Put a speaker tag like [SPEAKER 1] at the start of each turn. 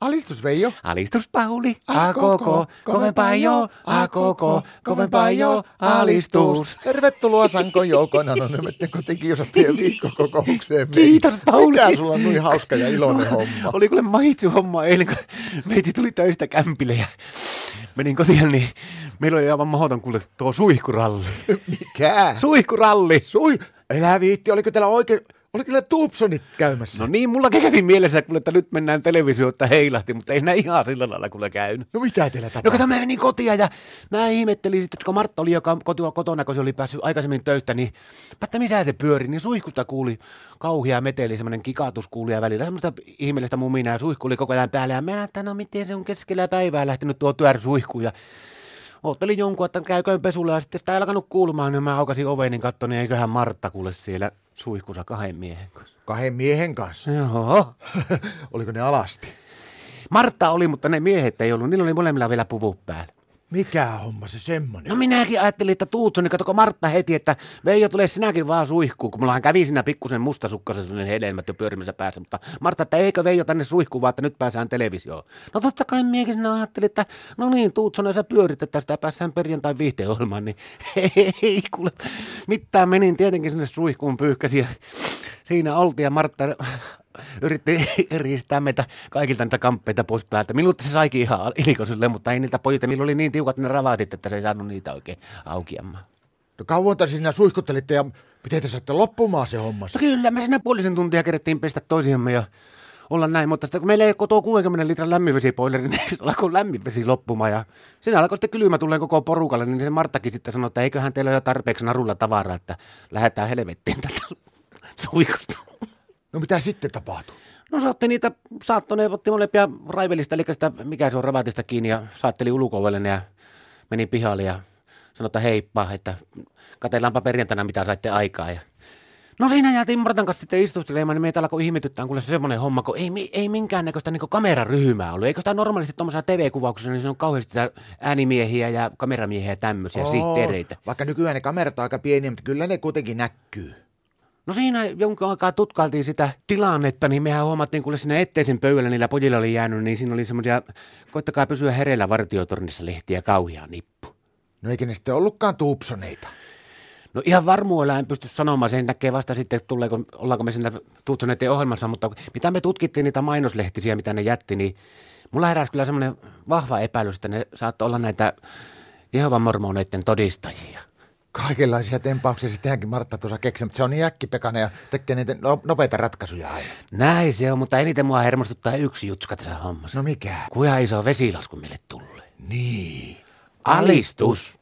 [SPEAKER 1] Alistus Veijo.
[SPEAKER 2] Alistus Pauli,
[SPEAKER 1] A koko, kovempaa jo, a koko, kovempaa jo, alistus. Tervetuloa Sankon joukona, no nyt mette kotikiusattujen viikkokokoukseen. Veijo.
[SPEAKER 2] Kiitos, Pauli. No,
[SPEAKER 1] Mikä sulla on niin hauska ja iloinen homma?
[SPEAKER 2] Oli kyllä maitsu homma eilen, kun meitsi tuli töistä kämpille ja menin kotiin, niin meillä oli aivan mahdoton kuule tuo suihkuralli.
[SPEAKER 1] Äh.
[SPEAKER 2] niin.
[SPEAKER 1] Mikä?
[SPEAKER 2] Suihkuralli!
[SPEAKER 1] Sui, elä viitti, oliko teillä oikein, oliko teillä Tuupsonit käymässä?
[SPEAKER 2] No niin, mulla kävi mielessä, kuule, että nyt mennään televisioon, että heilahti, mutta ei siinä ihan sillä lailla kuule käynyt.
[SPEAKER 1] No mitä teillä
[SPEAKER 2] No
[SPEAKER 1] tapahtui?
[SPEAKER 2] kato, mä menin kotia ja mä ihmettelin sitten, että kun Martta oli joka kotua, kotona, kun se oli päässyt aikaisemmin töistä, niin päättä missä se pyöri, niin suihkusta kuuli kauhea meteli, semmoinen kikatus kuuli ja välillä semmoista ihmeellistä muminaa ja suihku oli koko ajan päällä ja mä näin, että no miten se on keskellä päivää lähtenyt tuo tyär suihkuun ja Ottelin jonkun, että käyköön pesulla ja sitten sitä ei alkanut kuulumaan, niin mä aukasin oven, niin katsoin, niin eiköhän Martta kuule siellä suihkussa kahden miehen kanssa.
[SPEAKER 1] Kahden miehen kanssa.
[SPEAKER 2] Joo.
[SPEAKER 1] Oliko ne alasti?
[SPEAKER 2] Martta oli, mutta ne miehet ei ollut. Niillä oli molemmilla vielä puvut päällä.
[SPEAKER 1] Mikä homma se semmonen?
[SPEAKER 2] No minäkin ajattelin, että Tuutson, niin katsoko Martta heti, että Veijo tulee sinäkin vaan suihkuun, kun mullahan kävi siinä pikkusen mustasukkaisen sellainen hedelmät jo pyörimässä päässä, mutta Martta, että eikö Veijo tänne suihkuun, vaan että nyt pääsään televisioon. No totta kai minäkin sinä ajattelin, että no niin, Tuutson, sä pyörit, että sitä päässään perjantai viihteohjelmaan, niin ei kuule, mitään menin tietenkin sinne suihkuun pyyhkäsi ja siinä oltiin ja Martta yritti eristää meitä kaikilta niitä kamppeita pois päältä. Minulta se saikin ihan ilikoisille, mutta ei niiltä pojilta. Niillä oli niin tiukat ne ravaatit, että se ei saanut niitä oikein aukiamaan.
[SPEAKER 1] No kauan te siinä suihkuttelitte ja miten te saatte loppumaan se homma?
[SPEAKER 2] No kyllä, me siinä puolisen tuntia kerettiin pestä toisiamme ja olla näin, mutta sitten kun meillä ei ole kotoa 60 litran lämminvesipoileri, niin se alkoi lämminvesi loppumaan ja siinä alkoi sitten kylmä tulee koko porukalle, niin se Marttakin sitten sanoi, että eiköhän teillä ole jo tarpeeksi narulla tavaraa, että lähdetään helvettiin tältä suikusta.
[SPEAKER 1] No mitä sitten tapahtui?
[SPEAKER 2] No saatte niitä, saatto ne otti molempia raivelista, eli sitä, mikä se on ravatista kiinni, ja saatteli ulkoovelle ne ja meni pihalle ja sanoi, että heippa, että katellaanpa perjantaina, mitä saitte aikaa. Ja No siinä jäätiin Martan kanssa sitten istustelemaan, niin meitä alkoi ihmetyttää, kuule se semmoinen homma, kun ei, mi- ei minkäännäköistä niin kameraryhmää ollut. Eikö sitä normaalisti tuommoisessa TV-kuvauksessa, niin se on kauheasti sitä äänimiehiä ja kameramiehiä ja tämmöisiä oh. sihteereitä.
[SPEAKER 1] Vaikka nykyään ne kamerat on aika pieniä, mutta kyllä ne kuitenkin näkyy.
[SPEAKER 2] No siinä jonkun aikaa tutkailtiin sitä tilannetta, niin mehän huomattiin, kun sinne etteisen pöydällä niillä pojilla oli jäänyt, niin siinä oli semmoisia, koittakaa pysyä hereillä vartiotornissa lehtiä kauhea nippu.
[SPEAKER 1] No eikä ne sitten ollutkaan tuupsoneita.
[SPEAKER 2] No ihan varmuudella en pysty sanomaan, sen näkee vasta sitten, tuleeko, ollaanko me siinä tutkineiden ohjelmassa, mutta mitä me tutkittiin niitä mainoslehtisiä, mitä ne jätti, niin mulla heräsi kyllä semmoinen vahva epäilys, että ne saattoi olla näitä Jehovan mormoneiden todistajia.
[SPEAKER 1] Kaikenlaisia tempauksia se tehdäänkin Martta tuossa keksi, mutta se on niin äkkipekainen ja tekee niitä no- nopeita ratkaisuja aina.
[SPEAKER 2] Näin se on, mutta eniten mua hermostuttaa yksi jutska tässä hommassa.
[SPEAKER 1] No mikä?
[SPEAKER 2] Kuinka iso vesilasku meille tulee?
[SPEAKER 1] Niin.
[SPEAKER 2] Alistus!